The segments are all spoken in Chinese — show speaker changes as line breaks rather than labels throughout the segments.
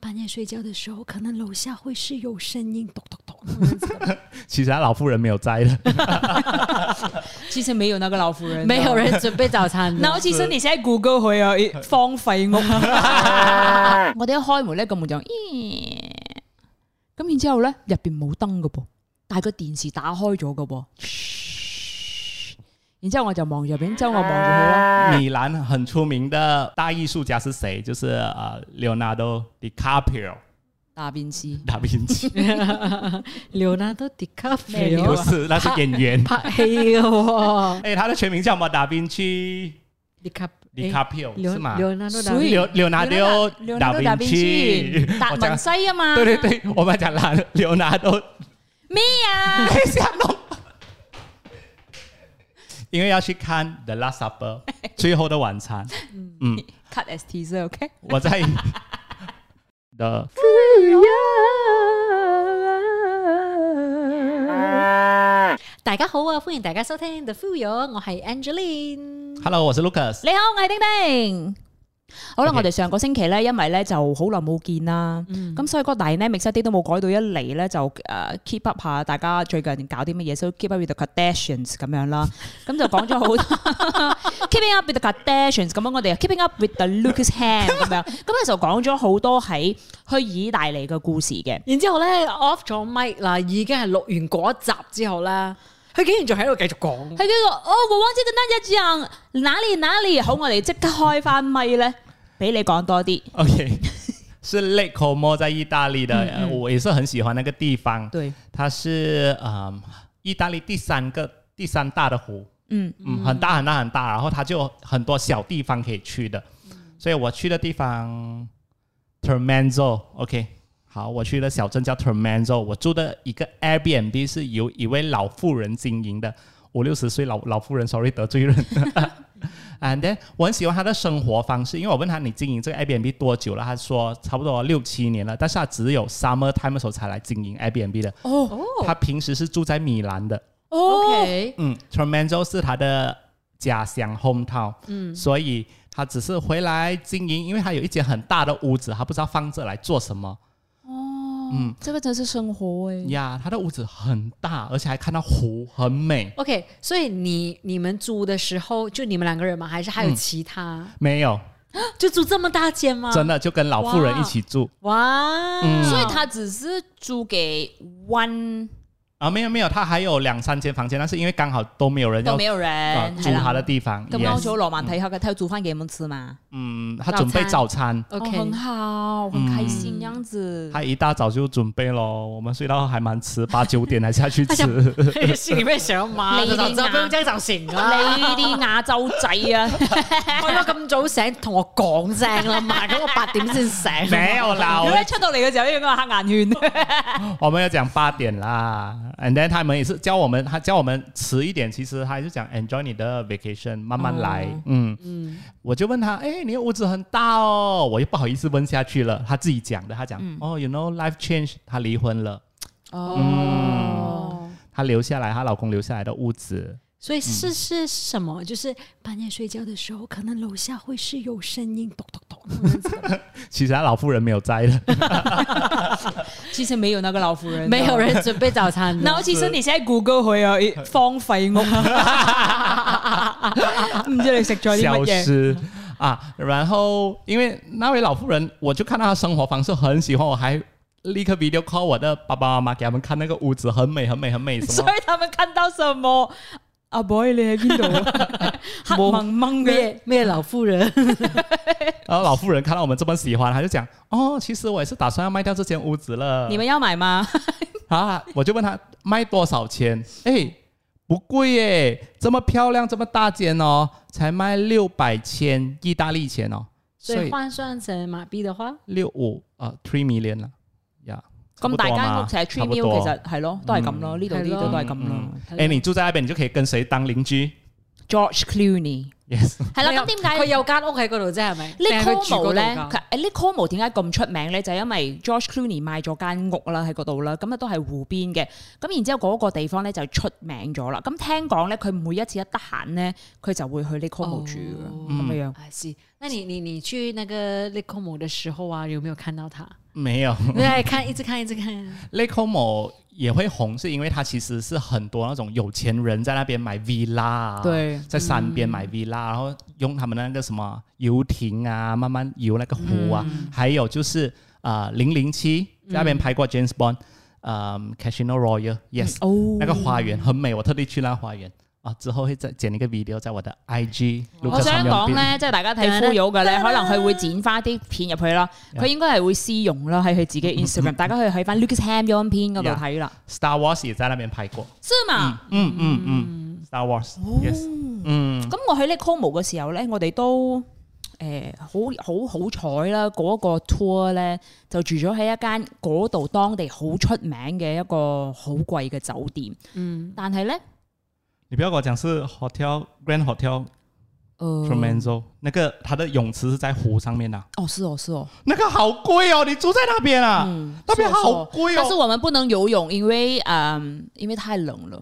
半夜睡觉的时候，可能楼下会是有声音，咚咚咚那样子的
其实他老妇人没有摘的，
其實沒有那個老婦 人，
没 有。人准备早餐的。
嗱，我其實你寫 Google 佢啊， 咦荒廢 屋。我哋一開門咧，個門就咦咁，然之後咧入邊冇燈嘅噃，但係個電視打開咗嘅噃。噓然之後我就望入邊，之後我望住佢啦。
米兰很出名的大艺术家是谁？就是呃，Leonardo DiCaprio，
大便師，
达芬奇
Leonardo
咩料啊
不
DiCaprio
是，那是演员。
拍戲嘅喎
哎，他的全名叫什么？达芬奇
，DiCap
DiCaprio 是吗？
Leonardo
所以
Leo Leonardo
Leonardo
da
da
Vinci，
Vinci，達
我讲
文西啊嘛。
对对对，我们讲兰 Leonardo
咩 啊？
吓弄，因为要去看《The Last Supper》最后的晚餐。嗯，
cut as teaser OK。
我在的
大家好啊，歡迎大家收聽 The Fuyoh，我係 Angeline。
Hello，我是 Lucas。
你好，我係丁丁。好啦
OK
我哋上個星期咧，因為咧就好耐冇見啦，咁、所以個 dynamic 一啲都冇改到，一嚟咧就誒、呃 keep up 下大家最近搞啲乜嘢，所以 keep up with the Kardashians 咁樣 啦，咁就講咗好多 keeping up with the Kardashians 咁樣，我哋 keeping up with the Lucas Ham 咁樣，咁就講咗好多喺去意大利嘅故事嘅。
然之後咧，off 咗 mic 啦，已經係錄完嗰一集之後啦，佢竟然仲喺度繼續講。
佢叫做哦，我忘記跟大家講哪裡哪裡，好，我哋即刻開翻咪咧，俾你講多啲。
OK，是 Lake Como 在意大利的，呃我也是很喜欢那个地方。
對，
它是嗯，意大利第三个第三大的湖，
嗯
嗯，很大很大很大，然后它就有很多小地方可以去的，所以我去的地方 Termenzo，OK，、好，我去的小镇叫 Termenzo，我住的一个 Airbnb 是由一位老妇人经营的，五六十岁老老妇人，sorry 得罪人。And then 我很喜欢她的生活方式，因为我问她你经营这个 Airbnb 多久了，她说差不多六七年了，但是她只有 summer time 的时候才来经营 Airbnb 的。
哦
他平时是住在米兰的，
哦。
OK，
嗯，Tremenzo 是他的家乡 hometown，嗯，所以他只是回来经营，因为他有一间很大的屋子，他不知道放这来做什么
嗯，这个真是生活哎、
呀。他的屋子很大，而且还看到湖，很美。
OK，所以你你们租的时候就你们两个人吗？还是还有其他？
没有，
嗯就租这么大间
啊
吗？
真的就跟老妇人一起住
哇！
所以他只是租给 one
啊，没有没有，他还有两三间房间，但是因为刚好都没有人
都
要
没有
呃
人，
住他的地方
咁啱
，yes，
咗羅曼睇下嘅，他要煮翻幾蚊次嘛。
嗯，他准备
早
早餐，
OK，、嗯
哦很好，
嗯
很開心
啊
樣子。
他一大早就准备咯，我们睡到还蛮迟，八九点才下去
想
吃。
心里面想嘛，
你
嗯就
哋
就
啊
咁就成
你
啦。
啲亞洲仔 啊，
開咗咁早醒，同我講聲啦嘛，咁我八點先醒。
没有啦，
如
我
果一出到嚟嘅時候，應該係黑眼圈。
我们要讲八点啦，and then 他们也是教我们，他教我们迟一点，其实他也是讲 enjoy 你的 vacation，慢慢来，
哦
嗯我就问他，哎，你的屋子很大哦，我又不好意思问下去了，他自己讲的，他讲，哦，you know life change，他离婚了，嗯
哦，
他留下来，她老公留下来的屋子，
所以是是什么？就是半夜睡觉的时候，可能楼下會是有聲音，咚咚咚那樣子的。
其实他老妇人没有摘的，
其實沒有那個老婦人，哦
沒有。人準備早 餐的。
嗱，我其實你寫 Google 佢啊，咦荒廢屋， 唔知你食咗啲乜
消
嘢。
失啊，然后因为那位老妇人，我就看到她生活方式很喜欢，我还。立刻 video call 我的爸爸妈妈给他们看那个屋子很美很美很美什
所
么
以他们看到什么？阿 boy 你喺 邊度啊？黑蒙蒙嘅。
咩咩老婦人？
然后老妇人看到我们这么喜欢，她就讲：“哦，其实我也是打算要卖掉这间屋子了。”
你们要买吗？
啊，我就问她卖多少钱？哎，不贵耶，这么漂亮，这么大间哦，才卖六百千意大利钱哦，
所以換算成马幣的話，
六五啊，three million 啦，呀，差
咁
不
大
多
間屋
嘛
就係 tree
差不
mill，其
多。
實係咯，都係咁咯，呢度呢
係
度
咯
都係咁咯
嗯。哎，你住在那边，你就可以跟谁当邻居
George Clooney
？Yes，
係啦，咁點解
佢有間屋喺嗰度啫？係咪？
呢 Como 咧？
定係佢住嗰度㗎
佢誒呢 Como 點解咁出名咧？就係因為 George Clooney 買咗間屋啦喺嗰度啦，咁啊都係湖邊嘅。咁然之後嗰個地方咧就出名咗啦。咁聽講咧，佢每一次一得閒咧，佢就會去呢 Como 住嘅咁樣。
啊，是。那你你你去那个 l i c o m o 的时候啊，有没有看到他？
没有
你来看，一直看，一直看。
，Lacomo 也会红，是因为它其实是很多那种有钱人在那边买 villa 啊，，
对，
在山边买 villa，、然后用他们的那个什么游艇啊，慢慢游那个湖啊，还有就是啊零零七在那边拍过 James Bond，呃 Casino Royale，yes，、
哦
那个花园很美，我特地去那个花园。啊，之後會再剪一個 video 在我的 IG。
我想講咧，即係大家睇 full 友嘅咧，
噔噔
可能佢會剪翻啲片入去啦。
Yeah
佢應該係會私用啦，喺 佢自
嗯
己 Instagram，大家可以喺翻 Lucas Ham 嗰篇嗰度睇啦。
Star Wars 也在那邊拍過。
是嘛？
嗯嗯嗯，Star
哦
Wars，yes，嗯
咁我喺呢 Como 嘅時候咧，我哋都誒好好好彩啦！嗰個 tour 咧就住咗喺一間嗰度當地好出名嘅一個好貴嘅酒店。嗯，但係咧，
你不要跟我講是 Hotel Grand Hotel
誒
Tremenzo，那個它的泳池是在湖上面的，啊
哦，是哦，是哦，
那個好貴哦，你住在那邊啊？那邊好貴
嗯但是
哦，
我們不能游泳，因為嗯，因為太冷了。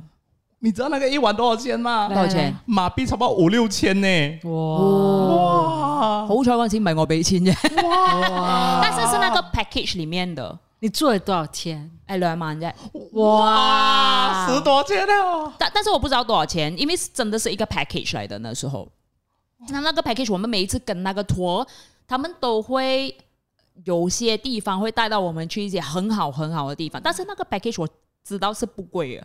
你知道那個一晚多少錢嗎？
多少錢？
馬幣差不多五六千呢。
哦，
哇
好彩嗰陣時唔係我俾錢啫。
哇！
但是是那個 package 里面的，
你住了多少天？
誒兩萬啫。
哇，十多千哦。
但但是我不知道多少錢，因為真的是一個 package 來的那時候。那那個 package，我們每一次跟那個 tour，他們都會有些地方會帶到我們去一些很好很好的地方，但是那個 package 我知道是不貴嘅。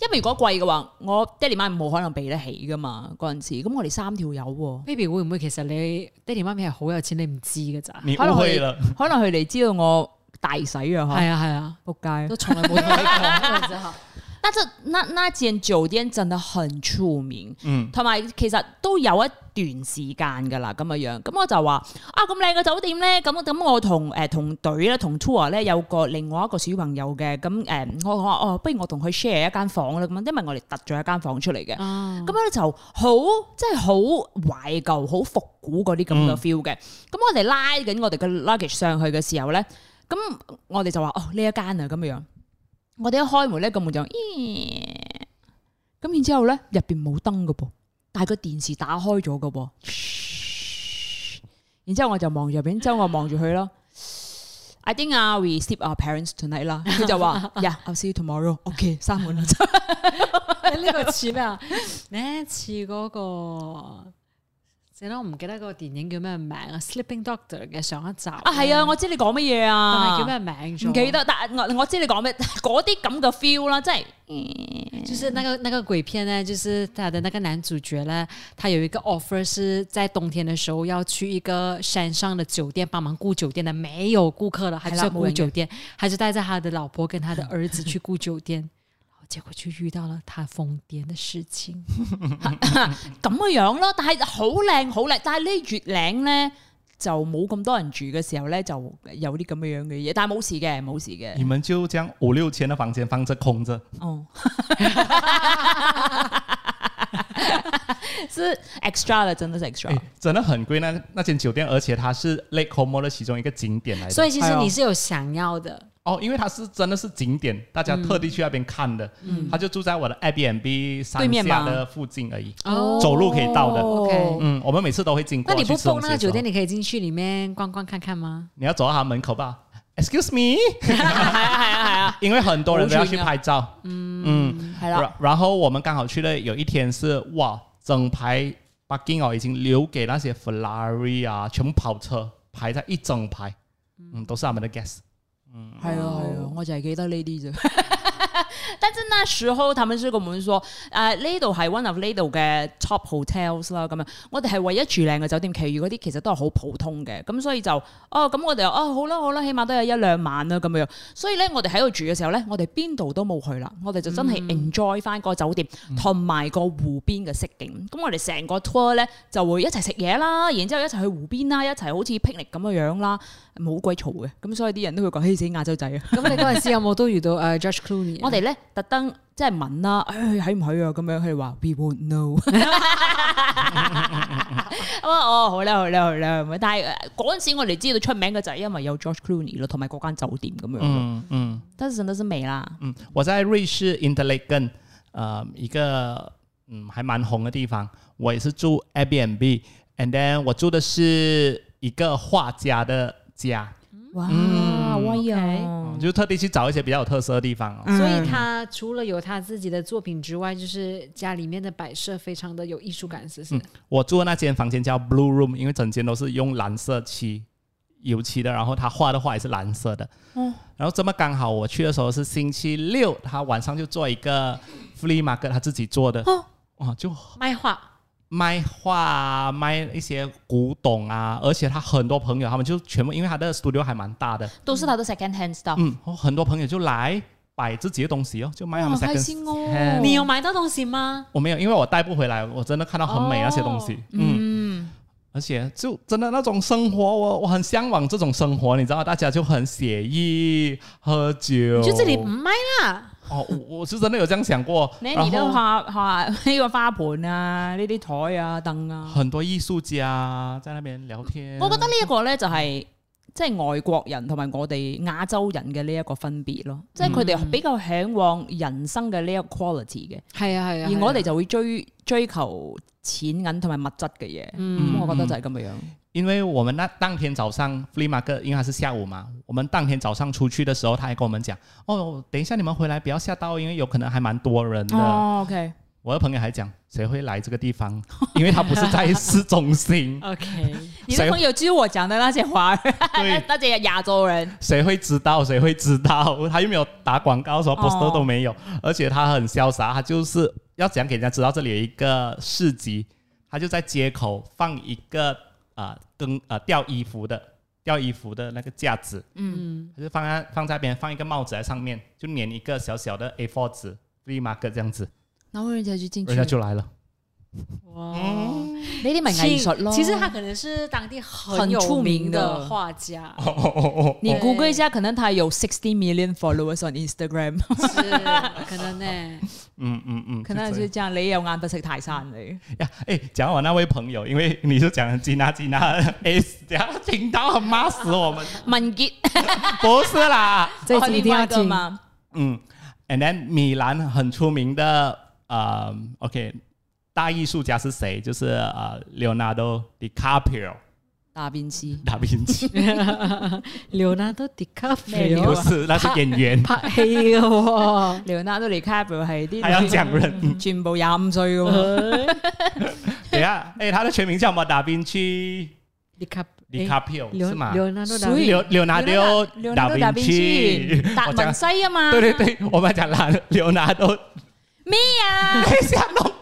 因為如果貴嘅話，我爹哋媽咪冇可能俾得起噶嘛嗰陣時，咁我哋三條友 喎，
b a b y 會唔會其實你爹哋媽咪係好有錢，你唔知㗎咋？
你
可能
誤
佢
會了，
可能佢哋知道我大洗啊，嚇
係啊係啊，
仆街
都。從來冇同你講過咋。
但是那那間酒店真的很出名，
嗯，
同埋其實都有一段時間㗎啦，咁嘅樣。咁我就話啊，咁靚嘅酒店咧，咁咁我同誒、呃同隊咧，同 tour 咧有個另外一個小朋友嘅，咁誒、呃我我話哦，不如我同佢 share 一間房啦，咁樣因為我哋突咗一間房出嚟嘅。
啊
咁咧就好，即係好懷舊、好復古嗰啲咁嘅 feel 嘅。咁、我哋拉緊我哋嘅 luggage 上去嘅時候咧，咁我哋就話哦呢一間啊咁樣。我哋一開門咧，個門就咦咁，然之後咧入邊冇燈嘅噃，但係個電視打開咗嘅噃。噓然之後我就望住入邊，之後我望住佢咯。I think 啊，we sleep our parents tonight 啦。佢就 話，Yeah，I'll see you tomorrow。OK，閂門啦。
呢個似咩啊？呢似嗰個，死啦！我唔記得個電影叫咩名啊，《Sleeping Doctor》嘅上一集啊
啊，係啊，我知你講乜嘢啊。
但係叫咩名咗？
唔記得，但我我知你講咩， 嗰啲咁嘅 feel 啦，即係嗯
就是那个那个鬼片呢，就是他的那个男主角呢，他有一个 offer 是在冬天的时候要去一个山上的酒店帮忙顾酒店的，没有顾客了，他就
还拉
要
不回
顾
人
酒店，他就带着他的老婆跟他的儿子去顾酒店，然后结果就遇到了他疯癫的事情。
咁嘅樣咯。但係好靚好靚，但係呢月嶺咧就冇咁多人住嘅時候咧，就有啲咁嘅樣嘅嘢，但係冇事嘅，冇事嘅
你。們就這樣五六千的房間放着空着，
哦，是 extra 啦，真的是
哎
extra。，
真的很貴那那間酒店，而且它是 Lake Como 的其中一個景點來的。
所以其
哎
实
呦
你是有想要的，
哦，因为它是真的是景点，大家特地去那边看的。嗯，他就住在我的 Airbnb
对
山
面
下
吗
的附近而已。
哦
走路可以到的
OK
嗯，我们每次都會經過。
那你不
去吃東西
book 那
的
个
時候
酒店，，你可以进去里面逛逛看 看吗？
你要走到他門口吧？Excuse me，
係啊係啊係啊，
因為很多人都要去
好遠啊
拍照。嗯
係啦
然。然后我們剛好去了有一天是哇，整排 b u c k i n g 哦已經留給那些 Ferrari 啊，全部跑車排在一整排，嗯，都是他們的 guest。
系啊系啊，我就係記得呢啲啫。 但是那時候他們是跟我們說，誒呢度係 one of 呢度嘅 top hotels 啦，咁樣我哋係唯一住靚嘅酒店，其餘嗰啲其實都係好普通嘅，咁所以就哦咁我哋就哦好啦好啦，起碼都有一兩晚啦咁樣，所以咧我哋喺度住嘅時候咧，我哋邊度都冇去啦，我哋就真係 enjoy 翻個酒店同埋個湖邊嘅色景，咁我哋成個 tour 咧就會一齊食嘢啦，然之後一齊去湖邊啦，一齊好似 picnic 咁嘅樣啦，冇鬼嘈嘅，咁所以啲人都會講嘿死亞洲仔啊！
咁你嗰阵时有冇都遇到诶 George Clooney？
我哋咧特登即係問啦，唉，喺唔喺啊？咁樣佢哋話 we won't know。我話 哦，好啦，好啦，好啦。咁樣但係呃嗰陣時我哋知道出名嘅就係因為有 George Clooney 咯，同埋嗰間酒店咁樣咯。
嗯嗯
但是真的是美啦，
嗯，我在瑞士 Interlaken，呃，一个嗯还蛮红的地方，我也是住 Airbnb，and then 我住的是一个画家的家，
哇，啊
嗯
哇哟
OK
嗯就特地去找一些比较有特色的地方哦。
嗯
所以他除了有他自己的作品之外，就是家里面的摆设非常的有艺术感，是不是？
嗯我住的那间房间叫 Blue Room，因为整间都是用蓝色漆油漆的，然后他画的画也是蓝色的。
哦
然后这么刚好我去的时候是星期六，他晚上就做一个 flea market，他自己做的。
哦
哦，就
卖画，
卖画啊，卖一些古董啊，而且他很多朋友，他们就全部，因为他的 studio 还蛮大的，
都是他的 second hand stuff。
嗯，哦很多朋友就来摆自己的东西哦，就卖他
好
们 second
开心哦
hand
你有买到东西吗？
我没有，因为我带不回来，我真的看到很美
哦
那些东西，嗯，
嗯，
而且就真的那种生活，我我很向往这种生活，你知道，大家就很写意，喝酒，
你去这里嗯卖啦，
哦，我我是真的有这样想 过，
你
然
你都
后
花花呢個花盆啊，呢啲台啊、凳啊。
很多藝術家在那邊聊天，
我覺得呢一個咧就係即係外國人同埋我哋亞洲人嘅呢一個分別咯，即係佢哋比較向往人生嘅呢一個 quality 嘅，
系啊系啊，，
而我哋就會追追求錢銀同埋物質嘅嘢。咁我覺得就係咁嘅樣。
因为我们那当天早上 flea market，因为它是下午嘛，我们当天早上出去的时候，他还跟我们讲，哦，等一下你们回来不要吓到，因为有可能还蛮多人的。
哦，OK，
我的朋友还讲，谁会来这个地方？因为他不是在市中心
OK，
你的朋友就是我講的那些華人，
对，
那些亞洲人。
谁会知道？谁会知道？他又没有打广告，什么
哦
poster 都没有，而且他很潇洒，他就是要讲给人家知道这里有一个市集，他就在街口放一个啊、呃、跟呃吊衣服的吊衣服的那个架子。
嗯，
他就放在放在那边放一个帽子在上面，就粘一个小小的 A4 纸 free marker 这样子，
然後人家就進去，
人家就来了。
哇，
呢啲咪哦藝術咯。
哦其实
哦
他可能是当地很
很
有
出名
名
的
画家，
哦哦哦哦，
你 Google 一下，可能他有 sixty million followers on Instagram，
是可能呢。
嗯嗯嗯，
可能
就这
就係這樣。你有眼不識泰山你。
样呀。哎，讲我那位朋友，因为你是讲吉娜吉娜 S，等下听到很骂死我们，
文 傑。
不是啦，
这一集一定要听。，
嘛。
嗯，and then 米兰很出名的呃，OK，大艺术家是谁？就是呃，Leonardo DiCaprio
大便師
达芬奇，
Leonardo
啊
DiCaprio
不是，那是演员，
拍戲 嘅喎，
，Leonardo DiCaprio 係啲
还要讲人。
全部廿五歲嘅喎，
等一下，哎、他的全名叫什么？达芬奇
DiCap
DiCaprio、
Leo-
是吗？
Leonardo
所以
da
柳柳拿丢
Leonardo
达
da
芬
Vinci，
奇，
達
我
文
讲
西 啊嘛，
对对对，我们讲拿柳拿丢，
咩啊？
等一下弄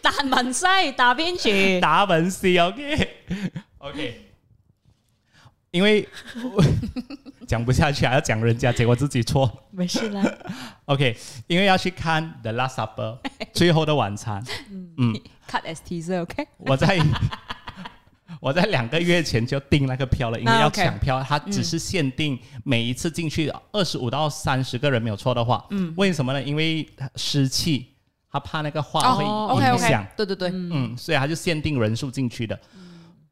達文西、達邊 柱，
达文西，OK OK，因为 讲不下去还要讲人家，结果自己错
没事啦。
，OK，因为要去看《The Last Supper》最后的晚餐，嗯，
cut as teaser，OK？
我在我在两个月前就订那个票了，因为
啊
要
，OK
抢票，它只是限定每一次进去二十五到三十个人，没有错的话。嗯，为什么呢？因为湿气，他怕那个
哦
话会啊影响，
对对对，
嗯，所以他就限定人数进去的。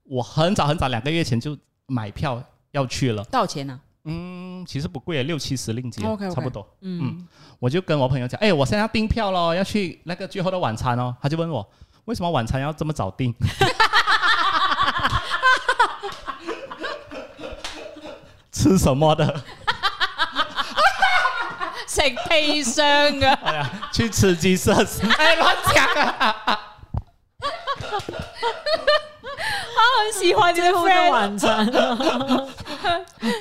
我很早很早两个月前就买票要去了，
多少錢啊？
嗯，其实不贵，六七十令吉
OK，OK
差不多。嗯，我就跟我朋友讲，哎、我现在要订票咯，要去那个最后的晚餐哦。他就问我，为什么晚餐要这么早订？ 吃什么的？
食砒霜嘅，
哎呀，去吃鸡翅？哎，乱讲啊！
我喜歡你的 friend，
餐，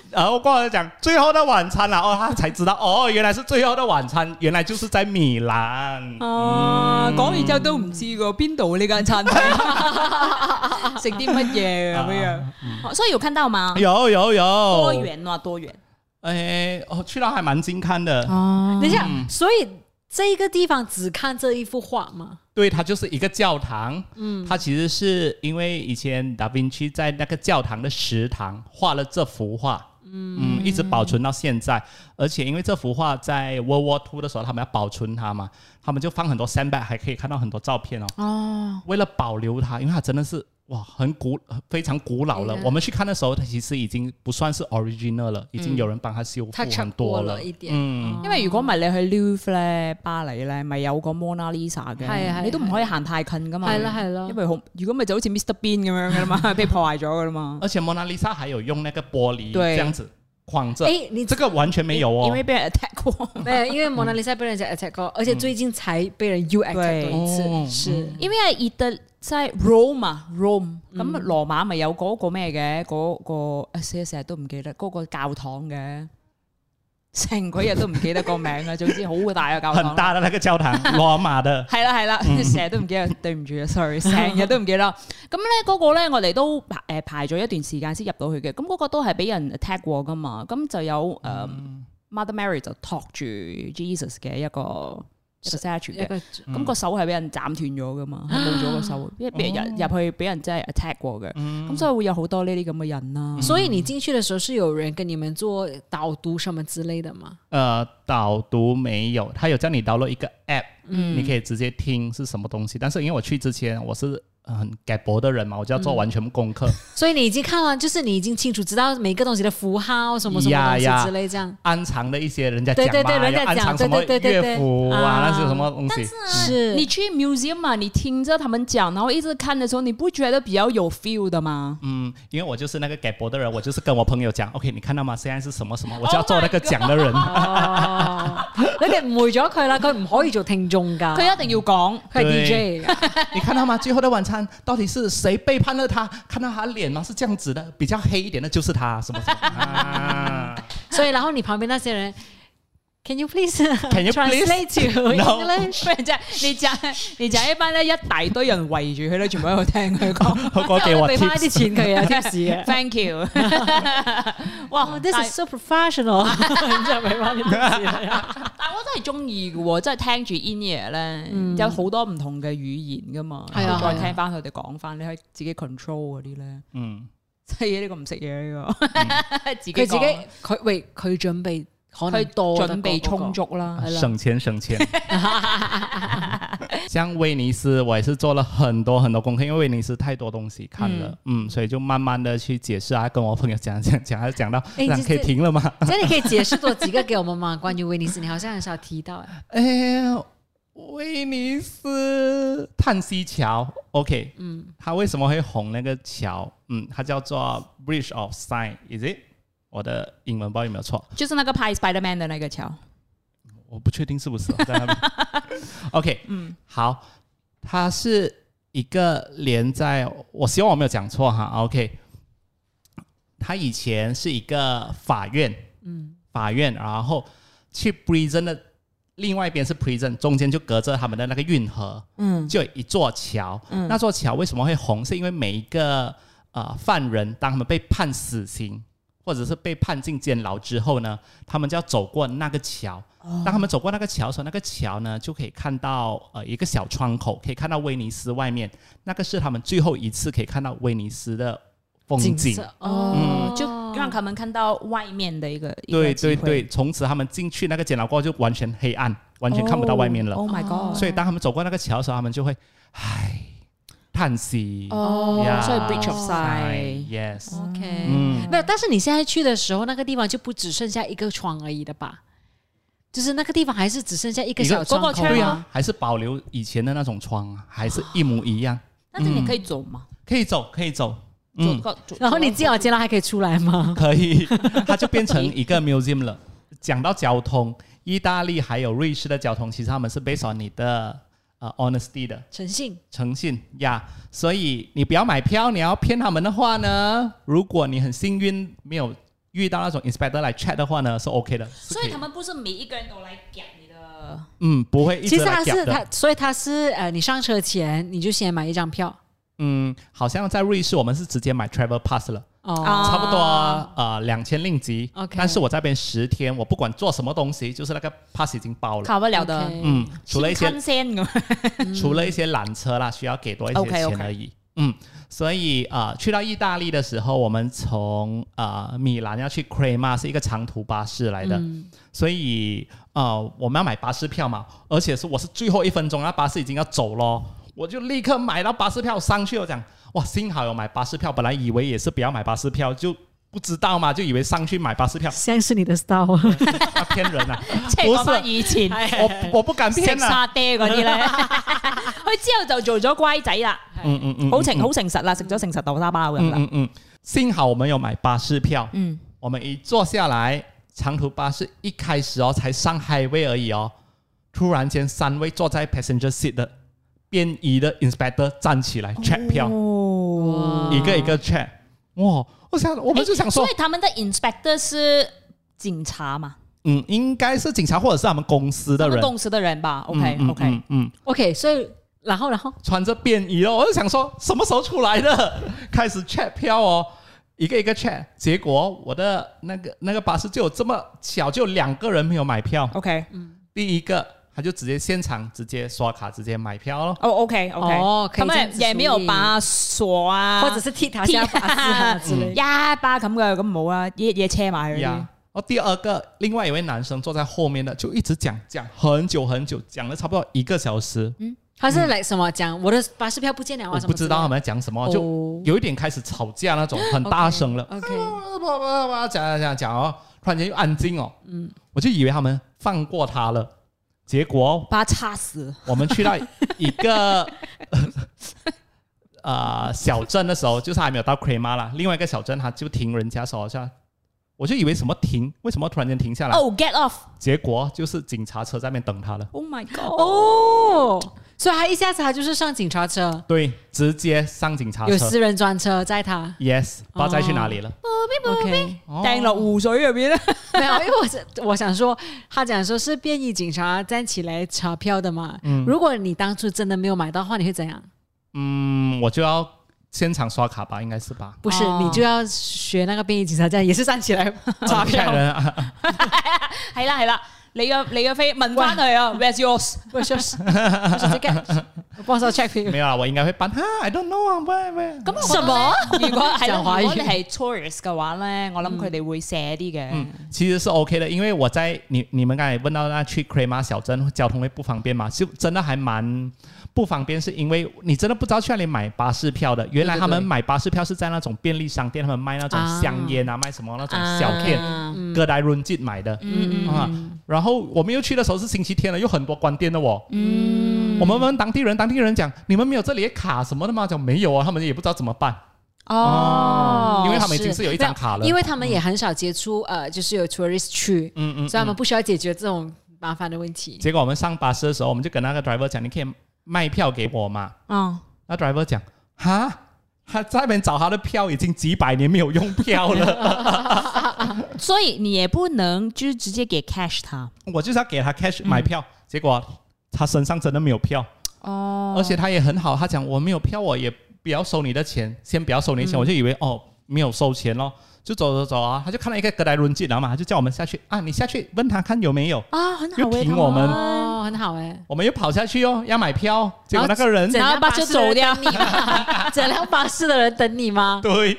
然后过来讲最后的晚餐啦、哦，他才知道哦，原来是最后的晚餐，原来就是在米兰。
啊，講完之後都唔知嘅，邊度呢間餐廳 食啲乜嘢啊咁樣樣，所以有看到嘛？
有有
多
有，
遠啊？多遠？
哎，哦，去到还蛮近看的。
哦
等一下，
嗯
所以这一个地方只看这一幅画吗？
对，它就是一个教堂。嗯，它其实是因为以前达芬奇在那个教堂的食堂画了这幅画，嗯一直保存到现在。而且因为这幅画在 World War Two 的时候，他们要保存它嘛，他们就放很多 sandbag，还可以看到很多照片哦。
哦。
为了保留它，因为它真的是哇，很古非常古老了
对。啊
我们去看的时候，它其实已经不算是 original 了，已经有人帮它修复
他
很
过
多
了一点，
嗯，
因為如果唔係你去 Louvre 咧、巴黎咧，咪有個 Mona Lisa
係
嘅，
係
你都唔可以行太近噶嘛。
係啦係啦
嗯因為好，如果咪就好似 Mr Bean 咁樣噶 啦嘛，被破壞咗噶啦嘛。
而且蒙娜丽莎还有用那个玻璃
对
这样子框着，
哎，你
这个完全没有哦。
因為被人 attack 過。
没有，因为蒙娜丽莎被人家 attack 过，而且最近才被人 U attack
对
过一
嗯哦
次，是
因為意大即係 Rome 啊，Rome 咁羅馬咪有嗰個咩嘅嗰個，啊死啊成日都唔記得嗰個教堂嘅，成鬼日都唔記得個名啊，總之好大嘅教堂啦。
很大的那个教堂， 罗马的，
係啦係啦，成日都唔記得，對唔住啊，sorry，成日都唔記得。咁咧嗰個咧，我哋都排誒排咗一段時間先入到去嘅。咁嗰個都係俾人 attack 過噶嘛。咁就有誒 Mother Mary 就托住 Jesus 嘅一個一個 statue
一
嘅。
个
咁個手係俾人斬斷咗噶嘛，係冇咗個手，因為俾人入入去俾人真係 attack 過嘅。咁所以會有好多呢啲咁嘅人啦。
所以你进去的时候是有人跟你们做导读什么之类的吗？
呃，导读没有，他有叫你 download 一个 app，、
嗯
你可以直接听是什么东西。但是因为我去之前我是很改博的人嘛，我就要做完全部功课。
所以你已经看完，就是你已经清楚知道每个东西的符号什么什
呀
么东
呀
西之类这样。
安藏的一些人家
对
讲
对
嘛，
对人家
要安
讲
藏
对
什么
对对对对
乐府啊，
啊
那是什么东西？
是
你去 museum 嘛，你听着他们讲，然后一直看的时候，你不觉得比较有 feel 的吗？
嗯，因为我就是那个改博的人，我就是跟我朋友讲，OK，你看到吗？现在是什么什么，我就要
Oh
做那个讲的人。
哦，你哋誤會咗佢啦，佢唔可以做聽眾㗎，
佢一定要講。
佢係
對
DJ 嚟㗎。
你看到吗？最后的晚餐到底是谁背叛了他？看到他脸吗？是这样子的，比较黑一点的就是他，什么什么啊
所以然後你旁邊那些人，Can you please
you please？
translate to
No
English？
不然真係你就你就係一班咧一大堆人圍住佢咧，全部喺度聽佢講
我给我
俾翻
tips，
啲錢 佢啊 tips 啊。
Thank you。哇，
This
但
is so professional，然之 後俾翻啲 tips 啊。
但我真係中意嘅喎，真係聽住 in ear 咧，有好多唔同嘅語言噶嘛，
係啊
再
係啊
聽翻佢哋講翻，你可以自己 control 嗰啲咧。
嗯，
真係呢個唔識嘢呢個，嗯 自己
佢自己
講
佢喂佢準備可能
佢
多得
準備
過嗰個
充足
啊
啦，係啦。
省钱省钱。像威尼斯，我也是做了很多很多功课，因为威尼斯太多东西看了，嗯，所以就慢慢的去解释啊，跟我朋友讲讲讲，讲到
哎
那
这
可以
这
停了吗？
即係你可以解釋多幾個給我們嗎？關於威尼斯，你好像很少提到。啊
哎呀，威尼斯叹息桥，OK，嗯，它为什么会红那个桥？嗯，它叫做 Bridge of Sign，is it？我的英文不知道有没有错，
就是那個拍 Spiderman 的那個橋，
我不确定是不是我在那边。OK，嗯， 好，它是一个连在，我希望我没有讲错哈。OK，它以前是一个法院，嗯，法院，然后去 prison 的另外一边是 prison，中间就隔着他们的那个运河，
嗯，
就有一座桥。那座桥为什么会红？是因为每一个呃犯人，当他们被判死刑或者是被判进监牢之后呢，他们就要走过那个桥。当他们走过那个桥的时候，那个桥呢就可以看到呃一个小窗口，可以看到威尼斯外面。那个是他们最后一次可以看到威尼斯的风景。
色
哦，就讓他們看到外面的一個一個
对
機
对
會
对，从此他们进去那个监牢过后就完全黑暗，完全看不到外面了。
Oh my god！
哦所以当他们走过那个桥的时候，他们就会唉叹息。
哦
Yeah，
所以 breach of sign。
Yes，
OK，
嗯
没有。但是你现在去的时候，那个地方就不只剩下一个窗而已的吧？就是那个地方还是只剩下一个
一个
小
嗰
窗
个
口
窗
对
吗
呀、
啊
还是保留以前的那种窗啊，还是一模一 样，
但是你可以走嘛，
可以走，可以走，
走
嗯，
个走。
然后你进
走
了街道还可以出来吗？
可以，它就变成一个 museum 了。讲到交通，意大利还有瑞士的交通，其实他们是 based on 你的呃 honesty 的
诚信，
诚信呀所以你不要买票，你要骗他们的话呢，如果你很幸运没有遇到那种 inspector 来 check 的话呢，是 OK 的，是
所
可
以他们不是每一个人都来夹你的。
嗯不会一直
其实
来
他
讲
是
的。
他，所以他是呃，你上车前你就先买一张票
嗯，好像在瑞士我们是直接买 travel pass 了。
哦
啊。
差不多呃两千令吉。
OK
但是我在那边十天，我不管做什么东西，就是那个 pass 已经包了。
卡不了的。
OK
嗯，除了一些
新 鮮咁，
除了一些缆车啦，需要给多一些
OK，OK
钱而已。嗯，所以啊、呃去到意大利的时候，我们从啊米兰要去 Crema 是一个长途巴士来的，所以啊我们要买巴士票嘛，而且是我是最后一分钟，那巴士已经要走咯，我就立刻买到巴士票上去，我讲哇，幸好有买巴士票，本来以为也是不要买巴士票，就不知道嘛，就以为上去买巴士票
像是你的 style，
啊骗人啊！
即係
不
講
是
翻以前
我我不敢
食
骗啊！
沙爹嗰啲 咧，佢之後就做咗乖仔啦，
嗯嗯嗯，
好誠
嗯
好誠實啦，食咗誠實豆沙包咁
嗯
啦。
嗯嗯，幸好我们有买巴士票，
嗯，
我们一坐下来，长途巴士一开始哦，才上 highway 而已哦，突然间三位坐在 passenger seat 的便衣的 inspector 站起来 check 票，
哦
一个一个 check，哇！我想我
我
们就想说
哎所以，他们的 inspector 是警察嘛，
嗯，应该是警察或者是他们公司
他
的
们
人。
公司的人吧？OK
嗯嗯
OK，
嗯嗯，
OK，所以然后然后
穿着便衣哦，我就想说什么时候出来的？ 开始 check 票哦，一个一个 check，结果我的那个那个巴士就有这么巧，就有两个人没有买票。
OK，
第一个他就直接现场直接刷卡直接买票咯。
哦 OK OK，
哦可以
他
這樣
们
子
也沒有
處理
把鎖啊，嗯
或者是剃头下巴士啊之类
一。巴咁嘅，咁冇啊，一嘢車埋佢
呀
啲。，
然后第二个，另外一位男生坐在后面的就一直讲讲很久很久，讲了差不多一个小时，
他是来什么讲我的巴士票不见了啊？
我
什
不
么
知
之
道他
类的
们在讲什么，
哦
就有一点开始吵架那种，很大声了。哎
OK，
讲讲讲讲哦，突然间又安静哦，嗯，我就以为他们放过他了，结果
把他插死，
我们去到一个 呃小镇的时候，就是还没有到 Crema 啦，另外一个小镇他就停人家手下，我就以为什么停，为什么突然间停下来？
Oh,
哦、get off，Oh
结果就是警察车在那边等他了，
Oh my god，
哦，所以他一下子他就是上警察车，
对，直接上警察
有
车
私人专车载他。
，yes，不知道再去哪里了。
OK，
掟落湖水入邊咧，
没有，因为我是我想说，他讲说是便衣警察站起来查票的嘛。如果你当初真的没有买到的话，你会怎样？
嗯，我就要现场刷卡吧，应该是吧？
不是，
哦
你就要学那个便衣警察这样，也是站起来 查
吓
票。
人啊！
係啦係啦，你嘅你嘅飛問翻佢啊，Where's yours？
我说是，我说这个，我帮手 check 票。
没有啦，啊我应该会 扮哈，I don't know 啊，喂喂。
咁我覺
什
得
麼
咧如果係啦
講華語
如果你係 tourist 嘅話咧，我諗佢哋會寫啲嘅。
嗯，其实是 OK 的，因为我在你你们刚才问到那去 Crema 小镇交通会不方便嘛，就真的还蛮不方便，是因为你真的不知道去哪里买巴士票的。原来他
对
们
对
买巴士票是在那种便利商店，他们卖那种
啊
香烟啊，卖什么那种小店，
啊
嗯
各大润进买的、
嗯
嗯啊。然后我们又去的时候是星期天了，有很多关店的哦。
嗯，
我们问当地人，当地人讲你们没有这里的卡什么的吗？讲没有啊，他们也不知道怎么办，
哦，
因为他们已经是有一张卡了。
因为他们也很少接触呃，就是有 tourist 区，
嗯嗯，
所以他
嗯
们不需要解决这种麻烦的问题。
结果我们上巴士的时候，我们就跟那个 driver 讲，你可以卖票给我嘛。
嗯，
那 driver 讲，哈，他在那边找他的票已经几百年没有用票 了，
所以你也不能就直接给 cash 他。
我就是要给他 cash 买票。结果他身上真的没有票，
哦
而且他也很好，他讲我没有票，我也不要收你的钱，先不要收你的钱，我就以为哦没有收钱咯。就走走走啊，他就看到一个格莱伦进来嘛，他就叫我们下去啊，你下去问他看有没有，
啊，很好
又
欸
挺
他
我们
哦，很好哎、
我们又跑下去哦，要买票，结果那个人
整
然
辆
后把
巴
就
士的人
走掉
等你吗？ 整辆巴士的人等你吗？
对。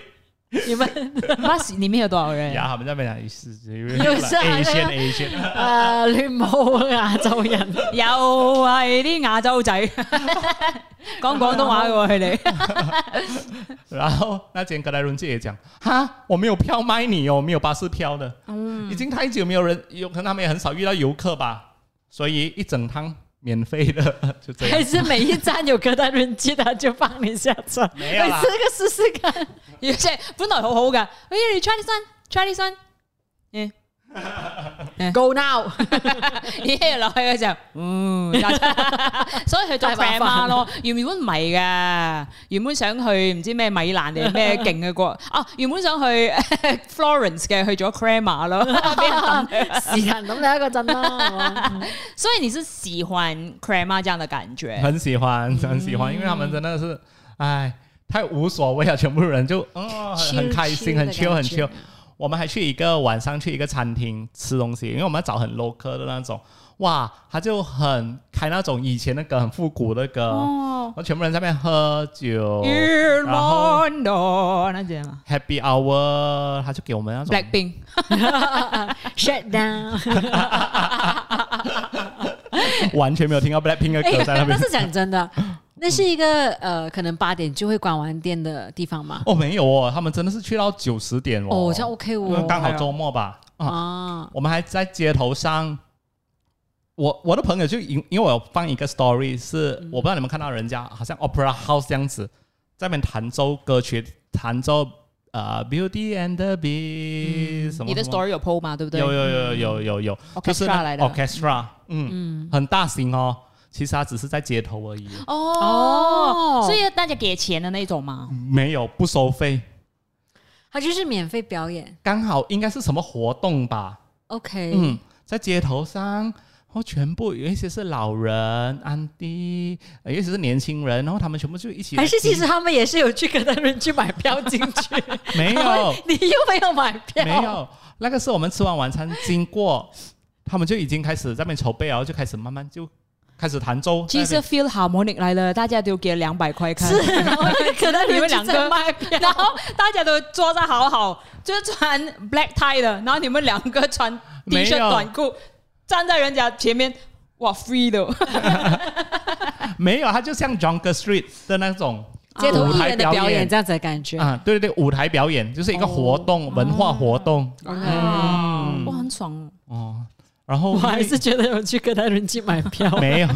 你们
巴士里面有多少人？
呀，他們在那邊講是
有事啊
A 線
那個
A 線，
呃，你冇亞洲啊人。
又係啲亞洲 仔講廣東話嘅喎，佢哋
然後那間格萊倫界也講，哈，我沒有票賣你哦，沒有巴士票的，已經太久沒有人，有可能他們也很少遇到遊客吧，所以一整趟免費的就這
还
樣，
是每一站有隔代人机的就放你下车？
沒
你
有啦
这，个试试看，
而且本來好好嘅，哎，你 try this one，try this one，嗯，
Go now，
咦落去嘅時候，嗯，所以佢做
太麻
grandma
煩
咯。原本唔係嘅，原本想去唔知咩米蘭定係咩勁嘅 國，啊，原本想去 Florence 嘅，去咗 grandma 咯，俾人抌
是但咁你一個陣啦。
所以你是喜歡 grandma 這樣的感覺？
很喜歡很喜歡，因為他們真的是，唉，太無所謂了，全部人就哦很很開心，很 chill 很 chill。我们还去一个晚上去一个餐厅吃东西，因为我们要找很 local 的那种。哇，他就很开那种以前的歌，很复古的歌，
哦嗯
然后全部人在那边喝酒
Il
然后
mondo 那隻嘛
，Happy Hour，他就给我们那种
，Blackpink。
Shut down。
完全没有听到 Blackpink 的歌在那
哎但
边。
是讲真的，那是一个呃，可能八点就会关完店的地方嘛。
哦，没有哦，他们真的是去到九十点哦。
哦，这样 OK
因为
哦。
刚好周末吧。啊，
啊，
我们还在街头上，我我的朋友就因因为我有放一个 story，是、
嗯
我不知道你们看到人家好像 opera house 这样子，在那边弹奏歌曲，弹奏呃 Beauty and the Beast、什么
嗯你的
什么
story 有 po 嘛？对不对？
有有有有有有，就是那
Orchestra 来的
orchestra，嗯，很大型哦。其实它只是在街头而已，
哦
哦，
所以大家给钱的那种嘛。
没有不收费。
它就是免费表演。
刚好应该是什么活动吧？
OK，
嗯，在街头上，然后全部有一些是老人、安迪，呃有一些是年轻人，然后他们全部就一起来
还
听。
是其 实他们也是有去跟他们去买票进去，
没 有
你又没有买票，
没有，那个是我们吃完晚餐经过，他们就已经开始在那边筹备，然后就开始慢慢就开始弹奏。
其实 feel harmonic 来了，大家都给两百块看。
是，然后可能
你们两
就
个
在卖票，
然后大家都坐在好好，就是穿 black tie 的，然后你们两个穿 T
没有
恤短裤，站在人家前面，哇 free 的，
没有，它就像 j o n g e r Street 的那种
街头艺人的
舞台表
表
演
演这样子的感觉。
啊，对对对，舞台表演就是一个活动，文化活动
OK
哇很爽哦。
哦。然后
我
因
还
为
是觉得有去跟他人去买票，
没有，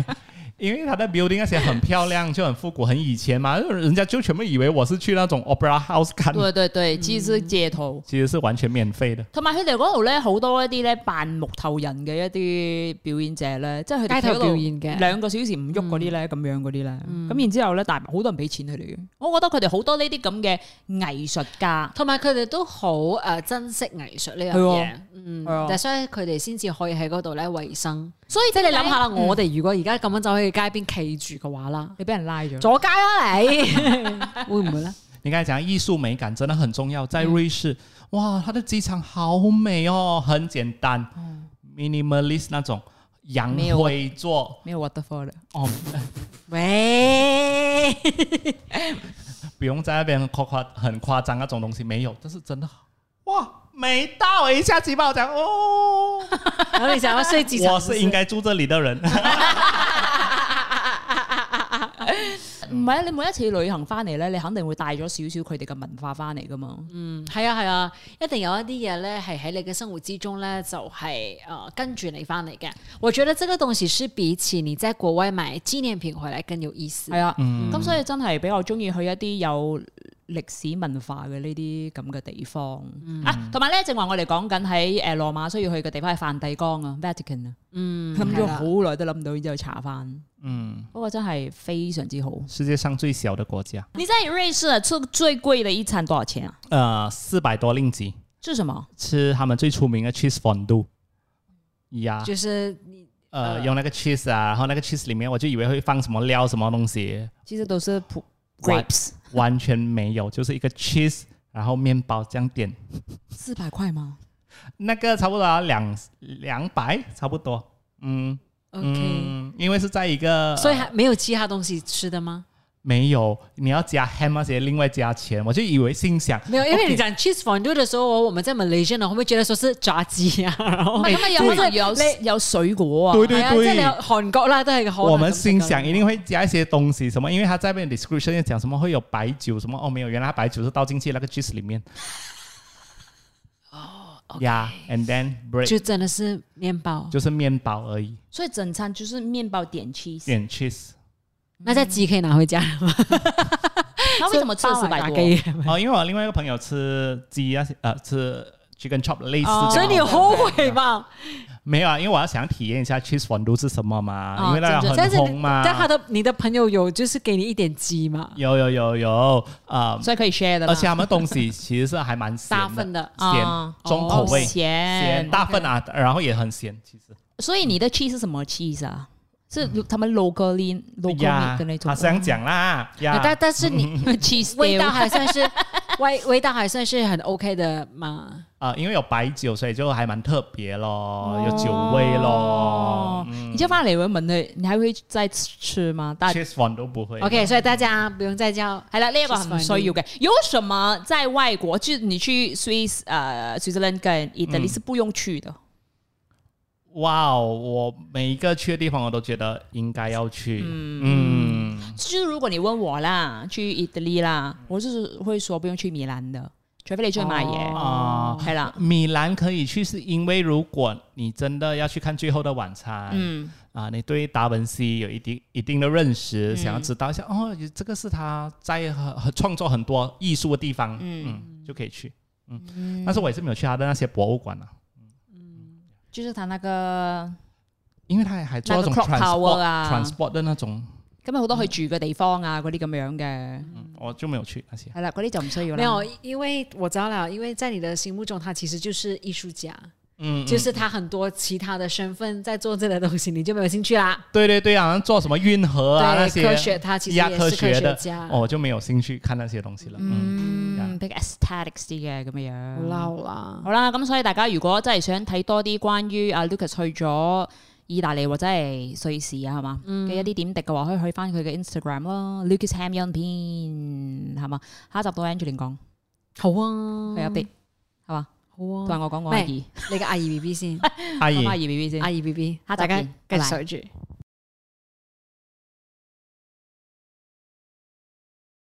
因为它的 building 那些很漂亮，就很复古，很以前嘛，人家就全部以为我是去那种 opera house 看，
對對對，其實街頭。
其实是完全免费的。
同埋佢哋嗰度咧，好多一啲咧扮木頭人嘅一啲表演者咧，即係佢哋
街
企
頭
喺度
表演嘅
兩個小時唔喐嗰啲咧，咁樣嗰啲咧，咁然之後咧，但係好多人俾錢佢哋嘅。我覺得佢哋好多呢啲咁嘅藝術家，
同埋佢哋都好誒珍惜藝術呢樣
係
嘢
喎，
嗯，
係啊
但係所以佢哋先至可以喺嗰度咧維生。
所以嗯
即係你諗下啦，我哋如果而家咁樣走去街邊企住嘅話啦，
你俾人拉咗，
阻街啦你， 會唔會咧？
你刚才讲艺术美感真的很重要，在瑞士，哇，它的机场好美哦，很简单、m i n i m a l i s t 那种洋
没有
灰座
咩 what the fuck 咧？
哦，
喂，
不用在那边夸夸很夸张那种东西没有，但是真的哇。美到我一下子把我讲哦，
然後你想要睡幾場
我是应该住这里的人，
唔係啊！你每一次旅行翻嚟咧，你肯定會帶咗少少佢哋嘅文化翻嚟噶嘛。
嗯，係啊，係啊，一定有一啲嘢咧，係喺你嘅生活之中咧，就係、呃跟住你翻嚟嘅。我覺得這個東西是比起你在國外買紀念品回來更有意思
係。啊，
嗯
咁、所以真係比較中意去一啲有歷史文化嘅呢啲咁嘅地方、啊。同埋咧，正話我哋講緊喺誒羅馬需要去嘅地方係梵蒂岡啊 （Vatican） 啊，
嗯，
諗
係
咗
啦
好耐都諗唔到，然之後查翻，
嗯，
嗰、個真係非常之好。
世界上最小的国家，
你在瑞士啊，吃最貴嘅一餐多少錢啊？
呃，四百多令吉，
是什麼？
吃他们最出名的 cheese fondue，呀，
啊
就是你
呃，用那个 cheese 啊，然后那个 cheese 里面我就以为会放什么料什么东西，
其實都是普
哇
grapes，
完全没有， 就是一个 cheese，然后面包这样点，
四百塊嘛。
那个差不多要两两百，差不多，嗯
OK，、
嗯，呃因为是在一个，
所以还没有其他东西吃的吗？
没有你要加 ham 那些，另外加钱，我就以为心想，
没有，因为
OK
你讲 cheese fondue 的时候，我们在 Malaysia 呢，我们会觉得说是炸鸡啊， 然后
唔係咁啊，有可能有有水果啊。
对对
係啊，即係你
对。
韓國啦都係可能
我们
咁食
心
㗎
想一定会加一些东西，什么？因为他在那边 description 也讲什么会有白酒什么哦，没有，原来他白酒是倒进去那个 cheese 里面。哦，Yeah，and then bread
就真的是面包。
就是面包而已，
所以整餐就是面包點 cheese，
点 cheese。
那在鸡可以拿回家 了吗？
那為什麼吃四
啊
百 多？
哦，因为我另外一个朋友吃鸡那些呃吃 chicken chop 类似这样
哦
的，
所以你有后悔吗？
没有啊？因为我要想体验一下 cheese fondue 是什么嘛， 因为那
哦真
个
的但
很
是
红
你
嘛。
但他的你的朋友有就是给你一点鸡嘛，
有有有有啊、
所以可以 share 的啦。
而且他们东西其实是还蛮咸
大
的
份，的。哦
咸、
啊
重口味。咸
咸
大份啊，然后也很咸，其实。
所以你的 cheese 是什么 cheese 啊？是
嗯
他们 local in local meat 的那种
他啊是这样讲啦，呀
啊但，但 是你
cheese
味道
steak
还算是 味味道还算是很 OK 的嘛。
啊，因为有白酒，所以就还蛮特别咯，有酒味嗯咯
哦。你就翻嚟會問佢，你還會再吃嗎？但
cheese fondue 都不会。
OK，所以大家不用再叫
係啦，呢一個係唔需要嘅。有什麼在外國，就你去 Swiss 呃 Switzerland 跟
嗯
Italy 是不用去的？
哇哦，我每一个去的地方我都觉得应该要去。嗯，
就是如果你问我啦，去意大利啦，我就是会说不用去米兰的，除非你去买嘢，
哦
啊、
系啦，
米兰可以去，是因为如果你真的要去看《最后的晚餐》，
嗯，
啊，你对达文西有一定一定的认识，想要知道一下哦，这个是他在很很创作很多艺术的地方，嗯就可以去，嗯，但是我也是没有去他的那些博物馆啊，
就是他那个，
因为他还做那种
那个 clock tower
transport
啊
transport 的那种，
咁有好多佢住嘅地方啊，嗰啲咁樣嘅，
嗯，我就没有去那些，
係啦，嗰啲就唔需要
没
啦。
有，因为啊我知道了，因为在你的心目中，他其实就是艺术家，
嗯，
就
嗯
是他很多其他的身份在做这类东西，你就没有兴趣啦。
对对对，好像做什么运河啊那些
对，科学啊他其实
亚
也
科
是科
学的
学家，
哦，我就没有兴趣看那些东西了，嗯，
嗯，比較 aesthetics 啲嘅咁樣樣。
撈啦。
好啦，咁所以大家如果真係想睇多啲關於阿 Lucas 去咗意大利或者係瑞士啊，係嘛嘅、
嗯
嗯
一啲點滴嘅話，可以去翻佢嘅 Instagram 咯，Lucas Ham Yon Pin 係嘛？下一集到 Angeline 講
好啊，
佢 update 係嘛，
好啊
同埋我講我阿
喂
姨，
你嘅阿姨 B B 先，
阿姨
我阿。姨 B B 先，
阿姨 B B，
下集
大家
見
繼
拜拜
續守住，